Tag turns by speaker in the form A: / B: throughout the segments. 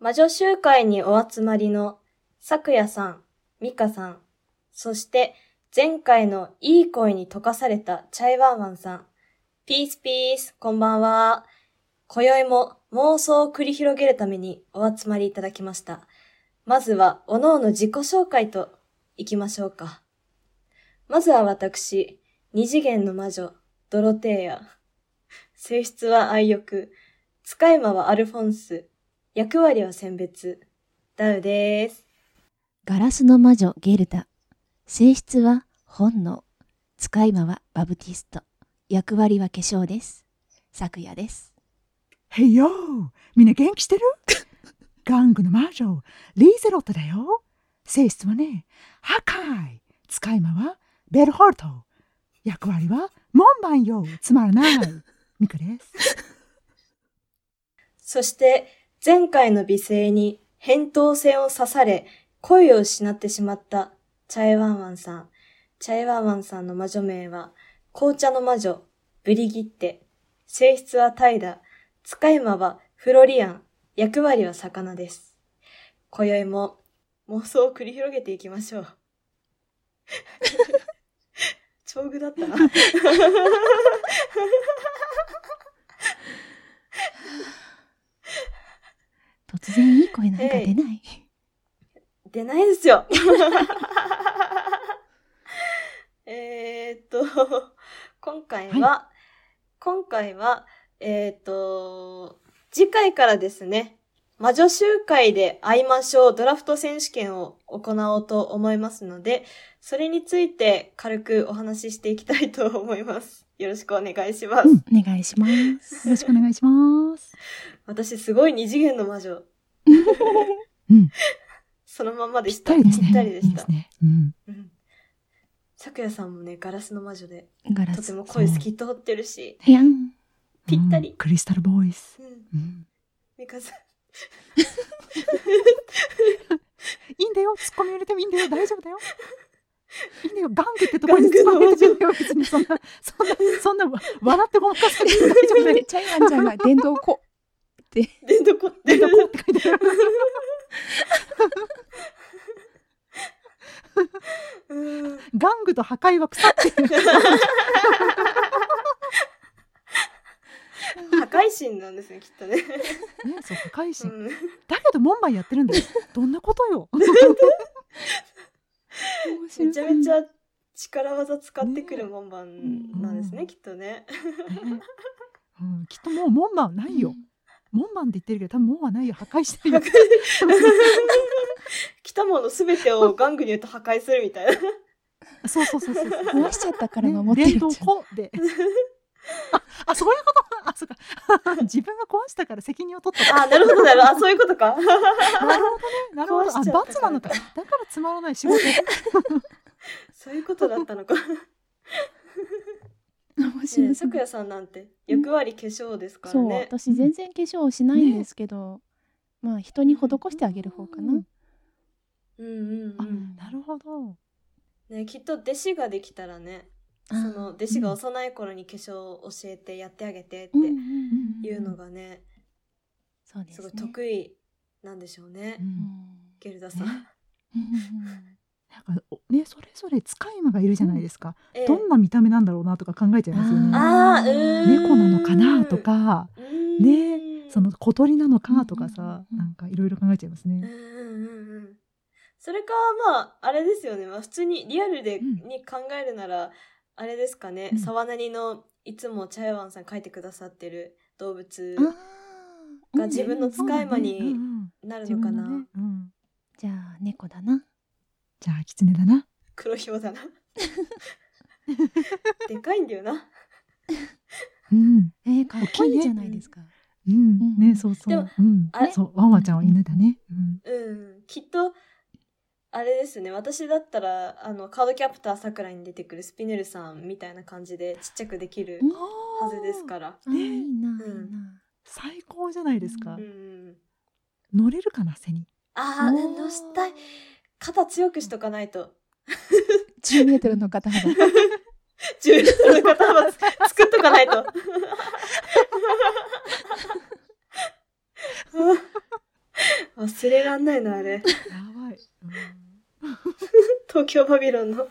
A: 魔女集会にお集まりの、咲夜さん、美香さん、そして、前回のいい声に溶かされたチャイワンワンさん。ピースピース、こんばんは。今宵も妄想を繰り広げるためにお集まりいただきました。まずは、おのおの自己紹介と行きましょうか。まずは私、二次元の魔女、ドロテーヤ。性質は愛欲。使い魔はアルフォンス。役割は選別。ダウです。
B: ガラスの魔女ゲルダ。性質は本能。使い魔はバブティスト。役割は化粧です。昨夜です。
C: へいよーみんな元気してる玩具の魔女、リーゼロットだよ。性質はね、破壊。使い魔はベルホルト。役割は門番よ。つまらない。ミクです。
A: そして、前回の美声に扁桃腺を刺され、声を失ってしまった、チャイワンワンさん。チャイワンワンさんの魔女名は、紅茶の魔女、ブリギッテ。性質は怠惰。使い魔はフロリアン。役割は魚です。今宵も妄想を繰り広げていきましょう。 調具だったな。
B: 突然いい声なんか出ない。
A: 出ないですよ。えーっと、今回は、今回は、えーっと、次回からですね、魔女集会で会いましょうドラフト選手権を行おうと思いますので、それについて軽くお話ししていきたいと思います。よろしくお願いします。
C: うん
B: お願いします。
C: よろしくお願いします。
A: 私すごい二次元の魔女。
C: うん
A: そのまんまで
C: ぴっ
A: した。
C: たりですね。
A: ぴったりで
C: い
A: し
C: いで
A: た
C: す。ね。うん。
A: うん咲夜さんもね、ガラスの魔女で、
B: ガラ
A: とて
B: ス。
A: も声透き通ってるし、
B: やん。
A: ぴったり
C: うんクリスタルボイス。
A: うん、
C: うん
A: 美香さん、
C: いいんだよ。ツッコミ入れてもいいんだよ。大丈夫だよ。いいんだよ。玩具ってところに突っ込まれてるよ。別にそんな、そんな、そんな、笑ってごまかされても大丈夫だよ。
B: チャイアンちゃんが電動こ。
A: 電動こ って
C: 電動
A: る。
C: こうって書いてある。
A: うん
C: 玩具と破壊は腐ってる。
A: 破壊神なんですね、きっとね。
C: ね、そう、破壊
A: う
C: 神。
A: ん
C: だけど、門番やってるんだよ。どんなことよ。
B: 面
A: めちゃめち
B: ゃ。
A: ゃ力技使ってくる門番なんですね、
C: うん
A: きっとね。
C: ね うん、きっともう門番はないよ。門番って言ってるけど、多分門はないよ。破壊してるよ。
A: 来たものすべてを玩具に言うと破壊するみたいな。
C: そうそうそうそうそう。
B: 壊しちゃったから
C: ね
B: 守って
C: 電
B: る
C: 動
B: じゃん。
C: こで。あ、あ、そういうこと。あ、そうか。自分が壊したから責任を取ったと。
A: あ、なるほど、なるほど。あ、そういうことか。
C: なるほどね。なるほ
A: 壊
C: ど。
A: し
C: あ、
A: ちゃった
C: 罰なのか。だからつまらない仕事。
A: そういうことだったのか。
B: 面
A: ねえ
B: 白そう
A: さくやさんなんて役割化粧ですから
B: そう、
A: ね。
B: 私全然化粧をしないんですけど、まあ人に施してあげる方かな。
A: うんうんう
C: あ
A: ん。、
C: なるほど。
A: ねきっと弟子ができたらね、その弟子が幼い頃に化粧を教えてやってあげてっ
B: うんうん
A: て
B: うん
A: いうのがね、
B: そうですす
A: ご
B: ね
A: い。得意なんでしょうね、
C: う
B: うんん
A: ゲルダさん。
C: ねなんかおね、それぞれ使い魔がいるじゃないですか。
A: ええ
C: どんな見た目なんだろうなとか考えちゃいますよね。
A: あーうーん
C: 猫なのかなとか、
A: うーん
C: ねその小鳥なのかとかさ、
B: うん
C: なんかいろいろ考えちゃいます
A: うん
C: ね。
A: うんうんうんそれかまああれですよね、まあ、普通にリアルで、
C: うん
A: に考えるならあれですかね、
C: うん
A: 沢なりのいつもチャイワンさん書いてくださってる動物
B: あー
A: が自分の使い魔になる
C: 自
A: のか
C: 分
A: な、
C: のね、うん
B: じゃあ猫だな。
C: じゃあ狐だな。
A: 黒ひょう だなでかいんだよな
C: うん。
B: えー、かっこいいじゃないですか。
C: うん、
B: うん
C: ね、そうそう。
A: でも
C: うん
A: あれ、
C: そう、ワンワンちゃんは犬だね。うん。
A: うんきっとあれですね私だったらあのカードキャプターさくらに出てくるスピネルさんみたいな感じでちっちゃくできるはずです
C: ら。
A: から。
B: あーいいな、いい
A: うん
B: な。
C: 最高じゃないですか
A: うんう。ん、
C: 乗れるかな、背に。
A: ああ
B: おー
A: 運動したい肩強くしとかないと
B: 10メートルの肩幅。
A: 重力の肩幅つ作っとかないと。 忘れらんないな、あれ。
C: ばい。
A: 東京バビロンの。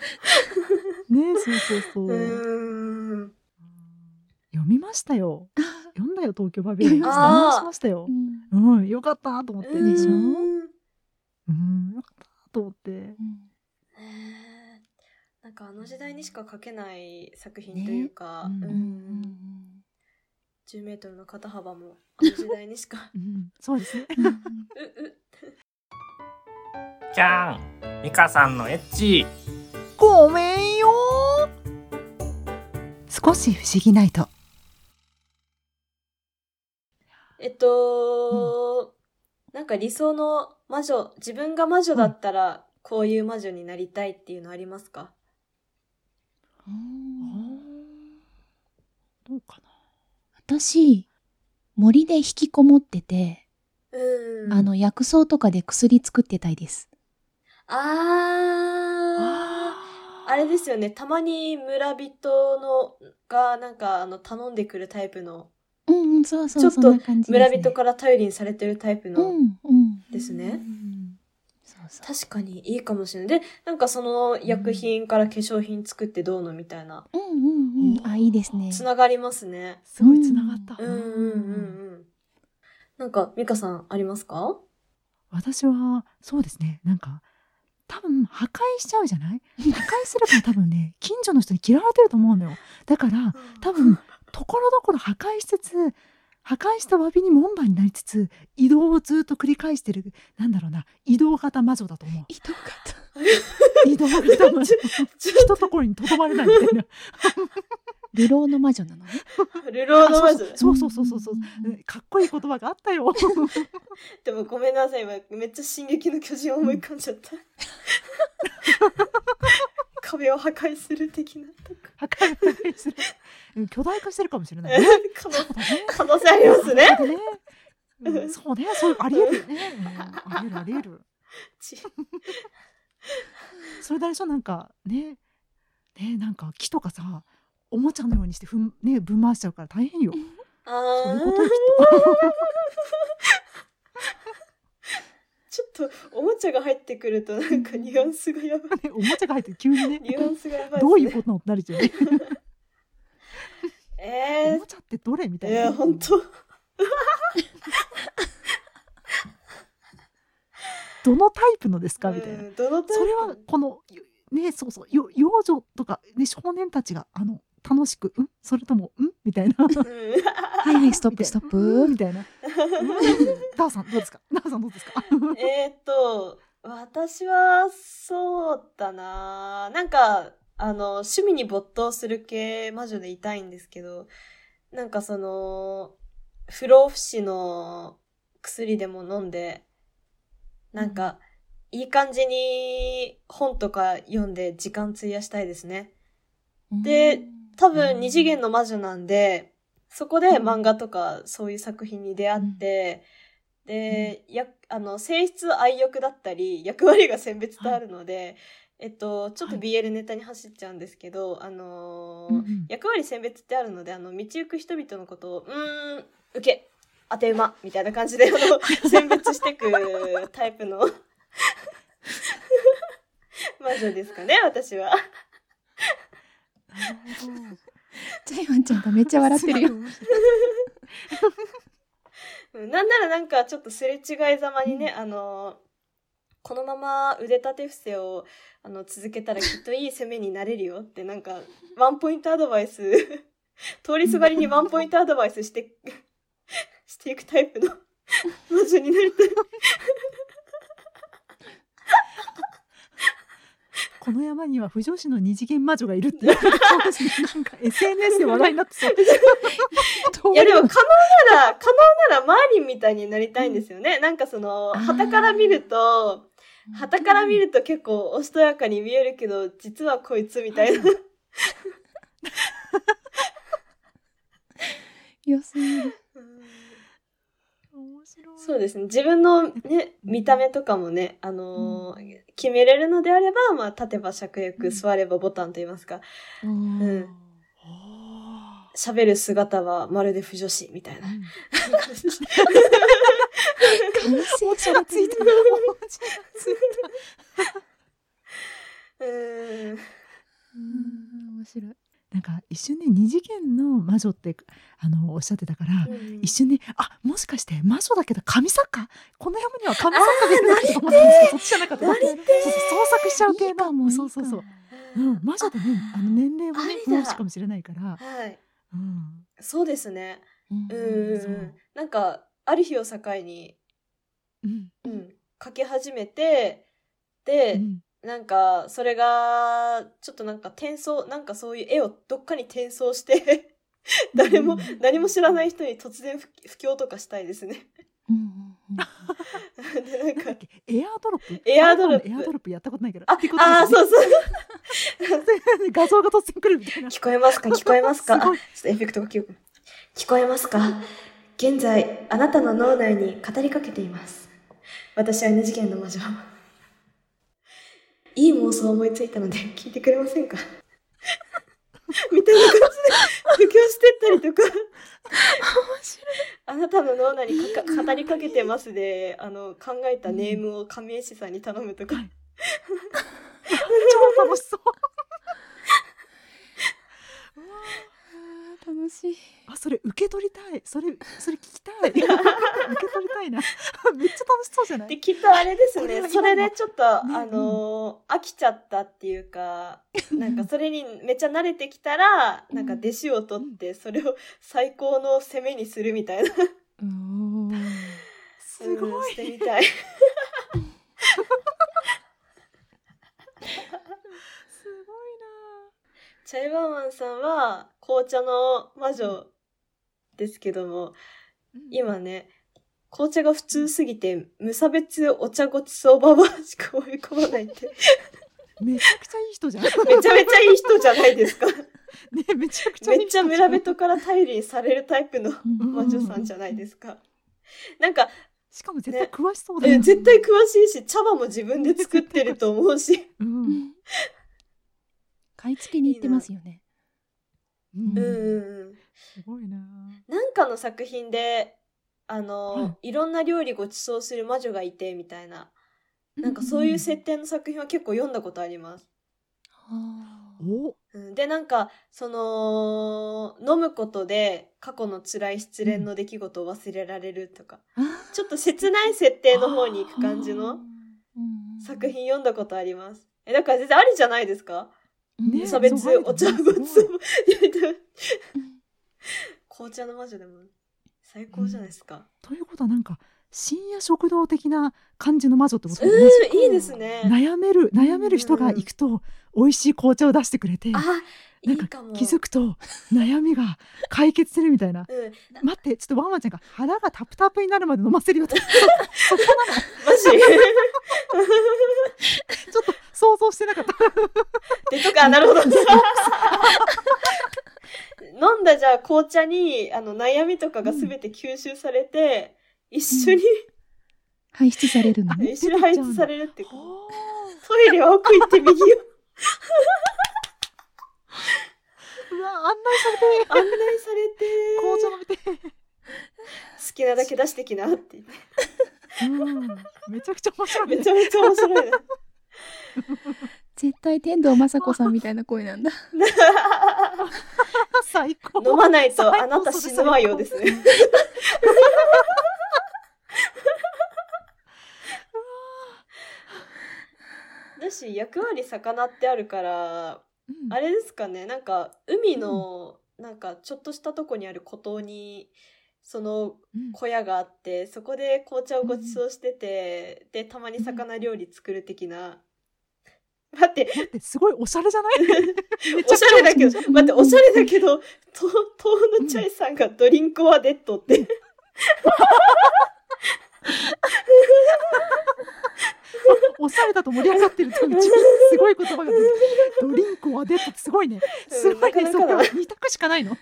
C: うんねそうそうそう。
A: うーん。
C: 読みまし たよ。読んだよ、東京バビロン。
B: 読み
C: 読
B: ま
A: した
C: みましたよ。
B: ん
C: うん、よかったと思って。
A: う
B: でしょ
A: ん
C: うん、よかったと思って。
A: ねえなんかあの時代にしか書けない作品というか、
C: ね
A: う
C: うん
A: ん、10メートルの肩幅もあの時代にし か
C: うん、そうですね。
A: うう
D: キャンミカさんのエッチ
C: ごめんよ少し不思議ないと。
A: えっと、なんか理想の魔女自分が魔女だったらこういう魔女になりたいっていうのありますか、
C: どうかな。
B: 私、森で引きこもってて、
A: うん、
B: あの薬草とかで薬作ってたいです。
A: あー
C: あ
A: あれですよねたまに村人のがなんかあの頼んでくるタイプの
B: うんうん、そうそう、
A: ちょっと
B: そんな感じです
A: 村
B: ね
A: 人から頼りにされてるタイプ
B: う
A: の
B: んうん。
A: ですね、
C: うん
B: そうそう。
A: 確かにいいかもしれない。で、なんかその薬品から化粧品作ってどうのみたいな。
B: うんうんうん。あ、いいですね。
A: つながりますね。
C: すごい繋がった。
A: うんうんうんうん。なんか、ミカさんありますか
C: 私は、そうですね。なんか、多分破壊しちゃうじゃない破壊すれば多分ね、近所の人に嫌われてると思うのよ。だから、多分、ところどころ破壊しつつ、破壊した詫びに門番になりつつ、移動をずっと繰り返してる、なんだろうな、移動型魔女だと 思う。
B: ひどかった。
C: 移動型魔女。
A: ちょ
C: 一ところにとどまれないみたい な。
B: 流浪の魔女なのね。
A: っと、流浪の魔女。
C: あそうそうそうそうそうそう
B: うん
C: うんかっこいい言葉があったよ。
A: でもごめんなさい、今めっちゃ進撃の巨人思い浮かんじ ゃった。壁を破壊する的 なとか。
C: 破壊破壊するうん巨大化してるかもしれないね。
A: 可能
C: そうだね
A: 可能性あります ね。
C: そうだねうんそうね、そうありえるよね。うんありえるありえる。
A: ち
C: それであれでしょなんかね、ねなんか木とかさ、おもちゃのようにしてふんねぶん回しちゃうから大変よ。
A: あ
C: そういうこと
A: ー
C: よきっと。
A: ちょっとおもちゃが入ってくるとなんかニュアンスがやばい。
C: ねおもちゃが入って急にね
A: ニ、ュアンスがやばいですね。
C: どういうことなのってなるじゃん。
A: え
C: おもちゃってどれみ
A: ー、
C: たいな。
A: えー、本当
C: どのタイプのですかみたいな。
A: うんどのタイプ
C: それはこのねそうそうよ幼女とか、ね、少年たちがあの楽しく「んそれともん?」みたいな「ス
A: うん」
B: はいはい、ストップストップ
C: み。たいな「ダーさんどうですか ダーさんどうですか?
A: えーっと、私は、そうだななんか、あの、趣味に没頭する系魔女でいたいんですけど、なんかその、不老不死の薬でも飲んで、なんか、いい感じに本とか読んで時間費やしたいですね。で多分二次元の魔女なんで、そこで漫画とかそういう作品に出会って、で、や、あの、性質愛欲だったり、役割が選別とあるので、えっと、ちょっと
C: はい
A: BL ネタに走っちゃうんですけど、あのー
C: うんうん
A: 役割選別ってあるので、あの、道行く人々のことを、うーん、受け、当て馬、みたいな感じ で、あの、選別してくタイプの 魔女ですかね、私は。
C: なるほど
B: ジャイアンちゃんがめっちゃ笑ってるよ。
A: うんなんならなんかちょっとすれ違いざまにね、あのこのまま腕立て伏せをあの続けたらきっといい攻めになれるよってなんかワンポイントアドバイス 通りすがりにワンポイントアドバイスして していくタイプの 魔女になりたい
C: この山には不女子の二次元魔女がいるっていうな んか SNS で話題になってそう
A: いやでも可能なら可能ならマーリンみたいになりたいんですよね、なんかその
B: あー
A: 旗から見ると旗から見ると結構おしとやかに見えるけど実はこいつみたいな
B: よすぎる。
C: 面白い
A: そうですね。自分のね、見た目とかもね、あのー決めれるのであれば、まあ、立てば芍薬、座ればボタンと言いますか、
B: うん
C: あ
A: 喋る姿はまるで不女子みたいな。
C: ー
A: 感じ
C: おちがついた。おちがついた。
A: うーん。
B: うん面白い。
C: なんか一瞬ね二次元の魔女ってあのおっしゃってたから、
A: うん
C: 一瞬ねあもしかして魔女だけど神作家この山には神作家がいるのかと思ったんですけどそっちじゃなかった
A: なりてー
C: そうそう創作しちゃう系の
B: いいかもいいか
C: そ
B: も
C: うそうそう、うん、魔女でねあの年齢は
A: あ
C: ね
A: りだ
C: 不しかもしれないから、
A: はい。
C: うん、
A: そうですね。
B: うん
A: うんうん。
C: そううん
A: なんか、ある日を境に、
C: うん
A: うん、書き始めて、で、
C: うん
A: なんか、それが、ちょっとなんか転送、なんかそういう絵をどっかに転送して、誰も、何も知らない人に突然布布教とかしたいですね。
B: うんうんうん
A: で、なん
C: なんだ
A: か
C: っ、けエアードロップ
A: エアードロップ
C: iPhone のエアードロップやったことないけど
A: あ
C: ってこ、と
A: あー、
C: ですよ
A: そうそう。
C: ね 画像が突然来るみたいな
A: 聞こえますか聞こえますかあ
C: す
A: ちょっとエ
C: ごい
A: フェクトが聞こ聞こえますか現在、あなたの脳内に語りかけています。私は N 次元の魔女。いい妄想を思いついたので聞いてくれませんか みたいな感じで、布教してったりとか。あなたの脳内にかか語りかけてますで、あの、考えたネームを亀石さんに頼むとか。
C: 超楽しそう
B: あー楽しい。
C: あそれ受け取りたいそれそれ聞きた い受け取りたいな めっちゃ楽しそうじゃな
A: で、
C: い
A: きっとあれです
C: これ
A: ね。
C: は今
A: そ
C: の
A: れでちょっと、
C: ね
A: あのー飽きちゃったっていうか、なんかそれにめっちゃ慣れてきたら、
B: うん
A: なんか弟子を取って、それを最高の攻めにするみたいな。
B: おー
C: す
A: う
C: ご
A: ん
C: い
A: してみた い。
C: すご
A: チャイワンワンさんは、紅茶の魔女ですけども、
C: いな
A: 今ね、紅茶が普通すぎて、無差別お茶ごちそうばばしか思い込まないって、
C: めちゃくちゃいい人じゃんね
A: めちゃめちゃいい人じゃないです か。
C: めちゃくちゃいい
A: めっ
C: 人
A: ち
C: じゃ
A: ゃ
C: ん
A: 村人から頼りにされるタイプの
B: うん
A: 魔女さんじゃないですか。 なんか、
C: しかも絶対詳しそうだ
A: え
C: よ、
A: 絶対詳しいし、茶葉も自分で作ってると思うし。
C: う
B: うんん買い付けに行ってますよね。
C: うん
A: うんうんうん。
C: すごいな
A: なんかの作品で、あの、、
C: はい
A: ろんな料理ごちそうする魔女がいて、みたいな。なんかそういう設定の作品は結構読んだことあります。
B: あー
C: お
A: うんで、なんか、その、飲むことで過去の辛い失恋の出来事を忘れられるとか、
B: あ
A: ちょっと切ない設定の方に行く感じ
B: う
A: の
B: ん
A: 作品読んだことあります。え、だから全然ありじゃないですか
C: ね
A: 無
C: そ
A: 差
C: う
A: 別お茶ごちそう
C: す。
A: 紅茶の魔女でも最高じゃないですか。
C: ということはなんか深夜食堂的な感じの魔女ってことだ
A: う
C: よね、
A: ん、いいですね。
C: 悩める悩める人が行くと美味しい紅茶を出してくれて
A: あ、い
C: ないんか
A: かも。
C: 気づくと悩みが解決するみた いな
A: うん、
C: 待ってちょっとワンワンちゃんが腹がタプタプになるまで飲ませ るよってちょ
A: マジ
C: っと想像してな かった
A: でとか、なるほど。飲んだじゃあ紅茶にあの悩みとかがすべて吸収されて、一緒に、
B: 排出されるのね。
A: 一緒に排出されるってこと
C: ほ
A: トイレは奥行って右を
C: ーうわ案内されて
A: 案内されて、
C: 紅茶飲みて
A: 好きなだけ出してきなって言って。
C: うんめちゃくちゃ面白いね
A: めちゃめちゃ面白いね。
B: 絶対天童雅子さんみたいな 声なんだ。
C: 最高
A: 飲まないとあなた死ぬわよですね。だし役割魚ってあるからあ
C: れ
A: れですかねなんか海の、なんかちょっとしたとこにある孤島にその小屋があってそこで紅茶をごちそうしてて、でたまに魚料理作る的な。待って
C: 待ってすごいおしゃれじゃないめ
A: お
C: ちゃく
A: し
C: ち
A: ゃ
C: ゃ
A: れだけど、待って、おしゃれだけど、と東
C: うん
A: のチャイさんがドリンクはデッドって。
C: おしゃれだと盛り上がってるっていう一番すごい言葉が出てドリンクはデッドってすごいねすごい
A: う
C: ね
A: んな
C: そ
A: かなか
C: れ
A: だ
C: は2択しかな いの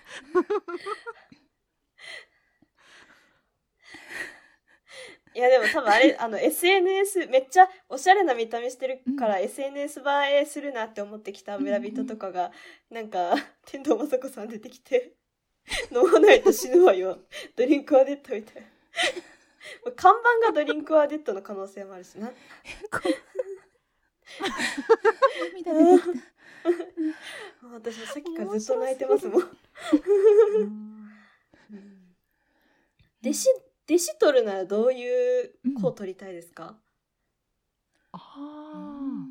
A: いや、でも多分あれ、あの、SNS、めっちゃおしゃれな見た目してるから、SNS 映えするなって思ってきた村人とかが、なんか、天童雅子さん出てきて、飲まないと死ぬわよ。ドリンクはデッドみたいな。看板がドリンクアデットの可能性もあるしな。
B: 涙出てきた。
A: もう私はさっきからずっと泣いてますもん。弟子、弟子取るならどういう子を取りたいですか、
C: あ
B: う
C: あ
B: ん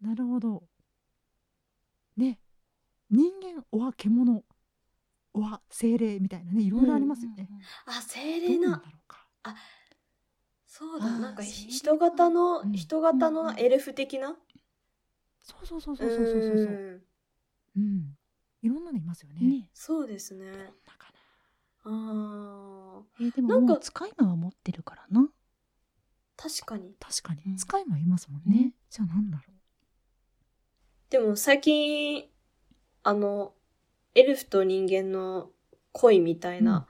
C: なるほど。ね人間おは獣おは精霊みたいなねいろいろありますよね。。
A: あ、精
C: ど
A: 霊
C: うなん
A: な。
C: だろうか。
A: そうだ、
B: あー
A: なんか
B: 精霊
A: ひ
B: な
A: 人型の、
C: うん
A: 人型
B: うんう
A: の
B: ん
A: エルフ的な。
C: そうそうそうそうそうそうそうう。
A: ーん
C: うん。いろんなのいますよね。
B: ね
A: そうです
C: どんな
A: ね。
C: かな。
A: ああ、
B: えーでも
A: なんか
B: もう使い魔は持ってるからな。
A: 確かに。
C: 確かに、
B: うん
C: 使いもいますもんね。
B: ね
C: じゃあなんだろ
A: でも最近、あの、エルフと人間の恋みたいな、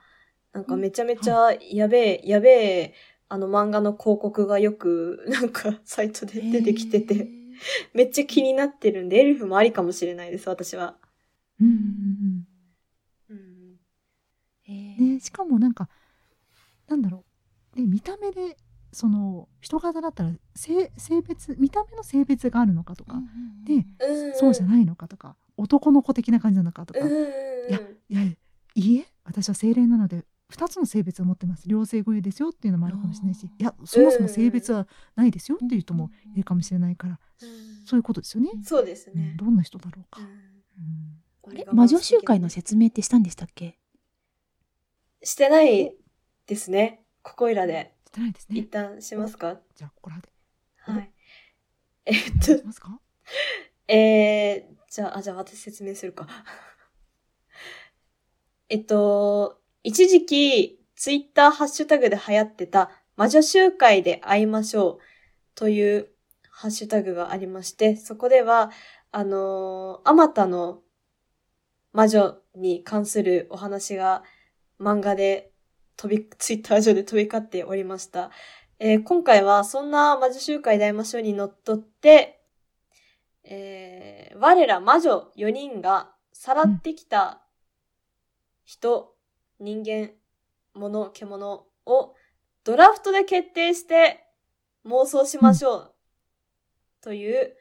A: なんかめちゃめちゃやべえ、やべえ、あの漫画の広告がよく、 なんかサイトで出てきてて、
B: へー。
A: めっちゃ気になってるんで、エルフもありかもしれないです、私は。
C: う。うんうん
A: うん。
B: えー
C: うん。ねしかもなんかなんだろう。で見た目でその人型だったら性性別見た目の性別があるのかとか、
B: うんうん
C: で
A: うん
C: そうじゃないのかとか男の子的な感じなのかとか、
A: うんうん
C: いや
A: うん。
C: いや、いいえ、私は精霊なので、二つの性別を持ってます。両性固有ですよっていうのもあるかもしれないし
B: あ、ー
C: いや、そもそも性別はないですよっていう人もいるかもしれないから、
A: うん
C: そういうことですよね。
A: そうです
C: うん
A: ね。
C: どんな人だろうか。うん
A: うん
B: あれ魔女集会の
A: し
B: 説明ってしたんでしたっけ
A: てないですね。ここいらで。
C: してないです
A: 一
C: ね。
A: 旦しますか
C: じゃあ、ここらで。
A: はい。えっ
C: しますか
A: と、えー、じゃあ、あ、じゃあ私説明するか。 えっと、一時期、ツイッターハッシュタグで流行ってた、魔女集会で会いましょうというハッシュタグがありまして、そこでは、あのー、あまたの魔女に関するお話が漫画で飛び、ツイッター上で飛び交っておりました。えー今回はそんな魔女集会で会いましょうにのっとって、えー我ら魔女4人がさらってきた人、人間、物、獣をドラフトで決定して妄想しましょう、という、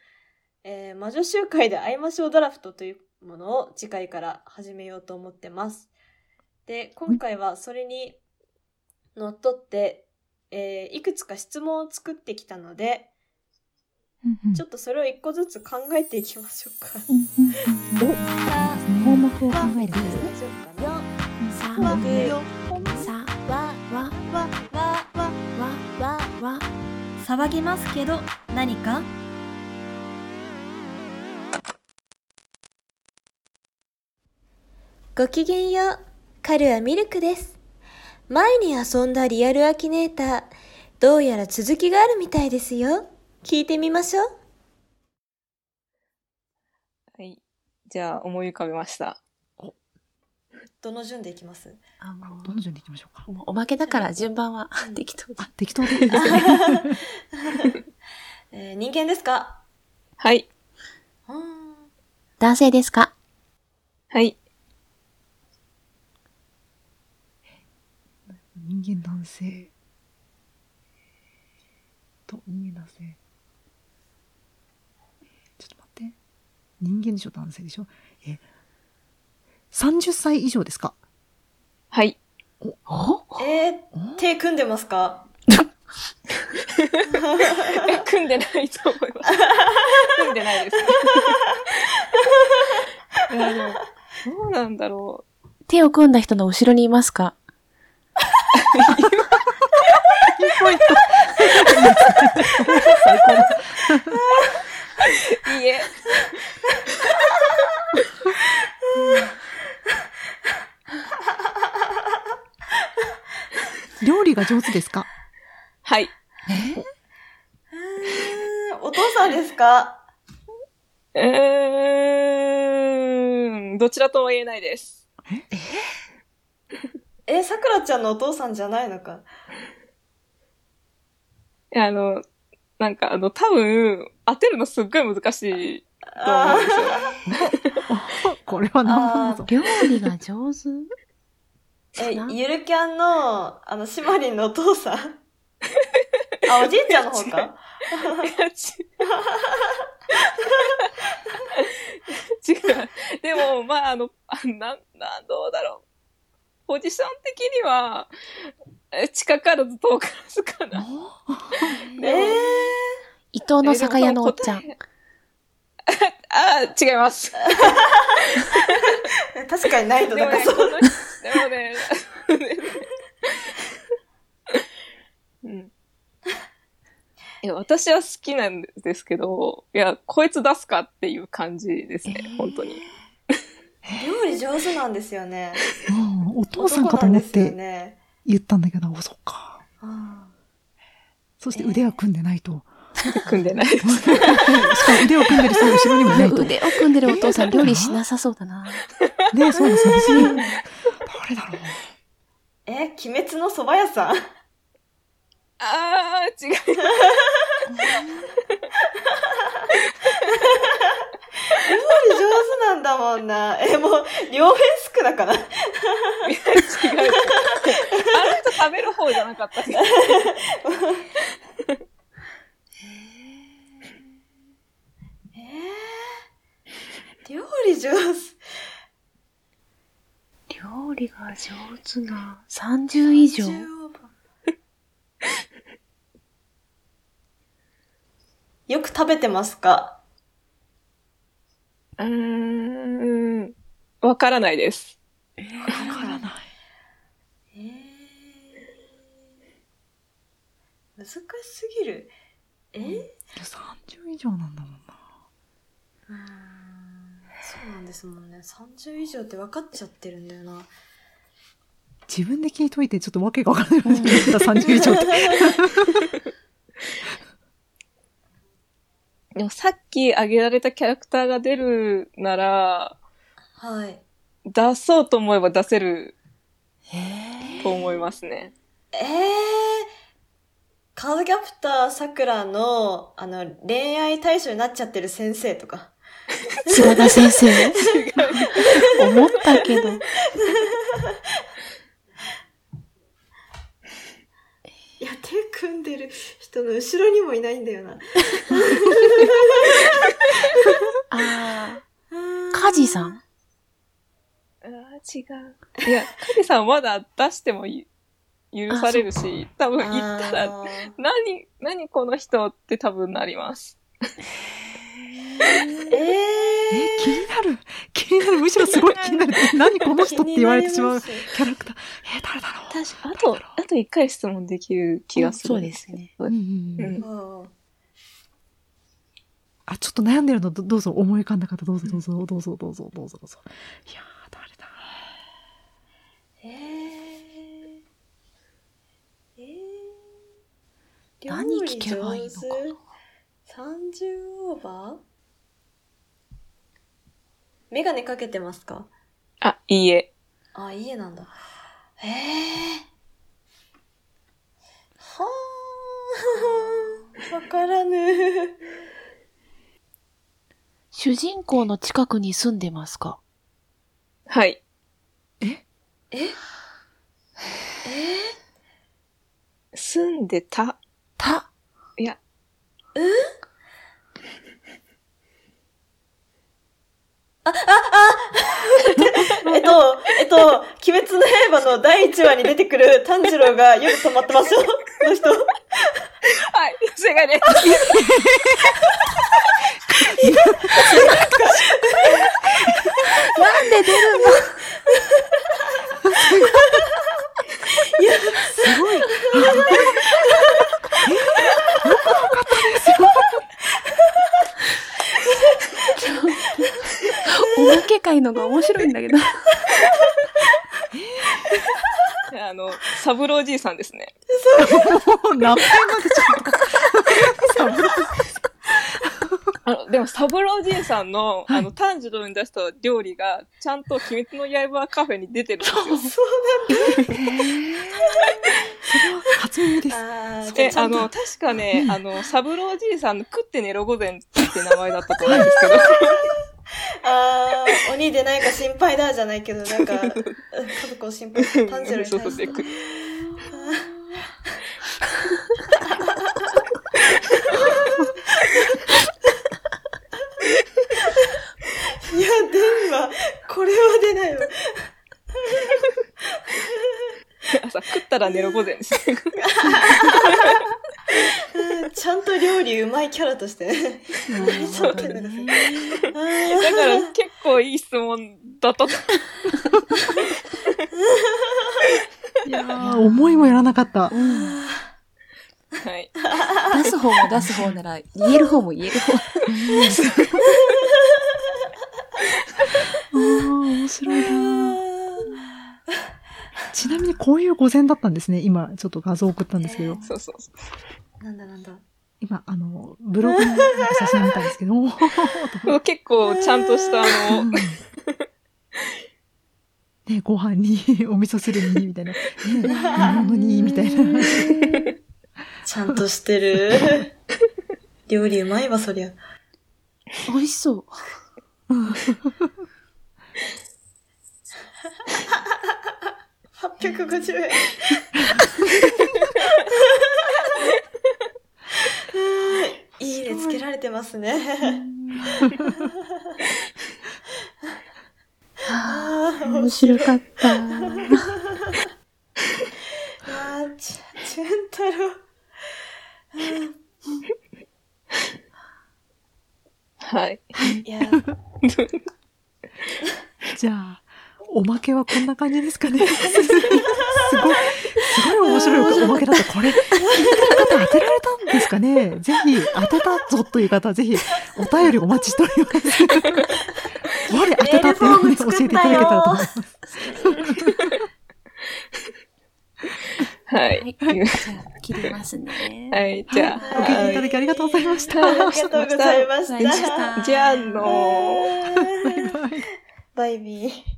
A: えー魔女集会で会いましょうドラフトというものを次回から始めようと思ってます。で、今回はそれにのっとって、えーいくつか質問を作ってきたので、
C: うんうん
A: ちょっとそれを一個ずつ考えていきましょうか。
B: うんうんうん項目を考えるんですね。
E: さわさわわわわわわわわ
A: 騒ぎますけど、何か
E: ごきげんようカルアミルクです前に遊んだリアルアキネーターどうやら続きがあるみたいですよ聞いてみましょう
F: はい。じゃあ、思い浮かべました。
A: どの順でいきます
G: あも
C: どの順でいきましょうか
G: う。もうおまけだから順番は適当だ
C: あ、適当でいいですね。
A: えー人間ですか
F: はい。
A: うーん
G: 男性ですか
F: はい。
C: 人間男性と人間男性ちょっと待って人間でしょ男性でしょえ30歳以上ですか
F: はい。
A: えー手組んでますか
F: え組んでないと思い ます。組んでないです。 いや、でも、どうなんだろ
G: 手を組んだ人の後ろにいますか
F: う。いいえ。
C: 料理が上手ですか
F: はい。
A: うーんお父さんですか
F: うーん。どちらとも言えないです。
A: えー、さくらちゃんのお父さんじゃないのか
F: あの、なんか、あの、多分、当てるのすっごい難しいと思
A: あ
F: うんですよ。
C: おこれは難問だぞ
G: 料理が上手
A: え
G: な、
A: ゆるキャンの、あの、シマリンのお父 さん。あ、おじいちゃんの方か
F: 違う。違う。でも、まあ、あの、あなん、なん、どうだろう。ポジション的には、え近からず遠からずかな。
A: ええ
G: 伊藤の酒屋のおっ ちゃん。
F: ああ、違います。
A: ー、確かに難易
F: で
A: 度
F: も
A: 高
F: ね、
A: そ
F: こ
A: う。
F: のでもね、うん。いや、私は好きなんですけど、いや、こいつ出すかっていう感じですね、本当に。
A: 料理上手なんですよね。
C: うん、お父さん
A: 男
C: かと
A: なん
C: 思っ
A: ですよ
C: て
A: ね。
C: 言ったんだけど、おそっか。
A: あ
C: そして腕は組んでないと。
F: 組んでない。
C: しかも腕を組んでる人の後ろにも いないと。
G: 腕を組んでるお父さん、料理しなさそうだな。
C: ねそうですね。誰だろう。
A: ーえ、鬼滅の蕎麦屋さん
F: ああ、違う。
A: 料理上手なんだもんな。え、もう、両面宿だから。
F: 違う。あの人食べる方じゃなかったっけ
A: えー、料理上手。
G: 料理が上手な。30以上。
A: よく食べてますか
F: うーん。わからないです。
C: わからない。
A: えー、難しすぎる。えー
C: 30以上なんだもんな。
A: うーんそうなんですもんね。30以上って分かっちゃってるんだよな。
C: 自分で聞いといて、ちょっとわけがわからない。30以上って。
F: でもさっき挙げられたキャラクターが出るなら、
A: はい。
F: 出そうと思えば出せる
G: へ
F: と思いますね。
A: えー、カードキャプターさくらの、あの、恋愛対象になっちゃってる先生とか。
G: え。津田先生思ったけど。
A: いや、手組んでる人の後ろにもいないんだよな。
G: あ
A: あ
G: あ。
A: ー
G: カジさん
F: ああ、違う。いや、カリさんまだ出してもい許されるし、多分行ったら、
A: あー
F: 何、何この人って多分なります。
A: え
C: えー気になる。気になる。むしろすごい気になる。何この
A: ー、
C: 人って言われてしまう
A: 気になりす
C: キャラクター。えー誰だろう。
F: 確か、あと、あと一回質問できる気がする。
G: そうです ね。
C: うんうんうん
F: うん
A: うん
C: あ、ちょっと悩んでるのどどうぞ思い浮かんだ方どうぞどうぞどうぞどうぞどうぞどうぞ。いやー誰だ。
A: えーえー
G: 何聞けばいいのかな
A: 料理上手 ?30 オーバーメガネかけてますか
F: あ、いいえ。
A: あ、家なんだ。ええは ー。わからぬ。
G: 主人公の近くに住んでますか
F: はい。
A: え
F: 住んでた。
G: た。
F: いや、
A: ー、えっと、えっと、鬼滅の刃の第1話に出てくる炭治郎が夜泊まってますよ。この人。
F: はい、正解です。
G: なんで出るのすごい。おまけ会のが面白いんだけど。
F: あの、サブローじいさんですね。
C: もう名前までちょっと。
F: あの、でも、サブローじいさんの、あの、炭治郎に出した料理が、ちゃんと鬼滅の刃カフェに出てるんですよ。
C: 初耳です。
A: あー
F: で、
A: ちゃ
F: あ
A: んと
F: の、確かね、あの、サブローじいさんの食って寝ろ午前って名前だったと思うんですけど、
A: あー、鬼でないか心配だじゃないけど、なん か、家族を心配する。炭治郎に対
F: そうそう
A: して。
F: でく
A: いや、出んわ。これは出ないわ。
F: 朝食ったら寝ろ午前してく
A: うんちゃんと料理うまいキャラとして ね。
G: なるほどね。
A: あー
F: だから結構いい質問だったと
G: いや
C: あ
G: ー
C: 思いもやらなかった。
G: うん
F: はい
G: 出す方も出す方なら、言える方も言える方。
C: うん面白いなちなみにこういう午前だったんですね。今、ちょっと画像送ったんですけど。
F: そうそうそ
A: なんだなんだ。
C: 今、あの、ブログの写真見たんですけど。 うん
F: う結構ちゃんとしたあの
C: ね、ご飯に、 お味噌汁に、みたいな。ね、煮物に、みたい な。
A: ちゃんとしてる。料理うまいわ、そりゃ。
G: 美味しそう。
A: 850円。いいねつけられてますね。あー
G: 面白か った。う
A: あー、ち、ちゅん太郎。
F: はい
A: いや、
C: じゃあ、おまけはこんな感じですかね。 すごい、すごい面白いおまけだった。これ、聞いてる方当てられたんですかね。ぜひ、当てたぞという方、ぜひ、お便りお待ちしており ます。我当てたっていうのを教えていただけたらと思います。
F: はい、
G: はいじゃあ、 切りますね。
F: はい、じゃ
C: ご
F: あ、
C: 聞き
F: は
C: いただきありがとうございました。
A: ありがとうございまし。
G: ありがとうございましたた
F: いじゃあの
A: バイビー。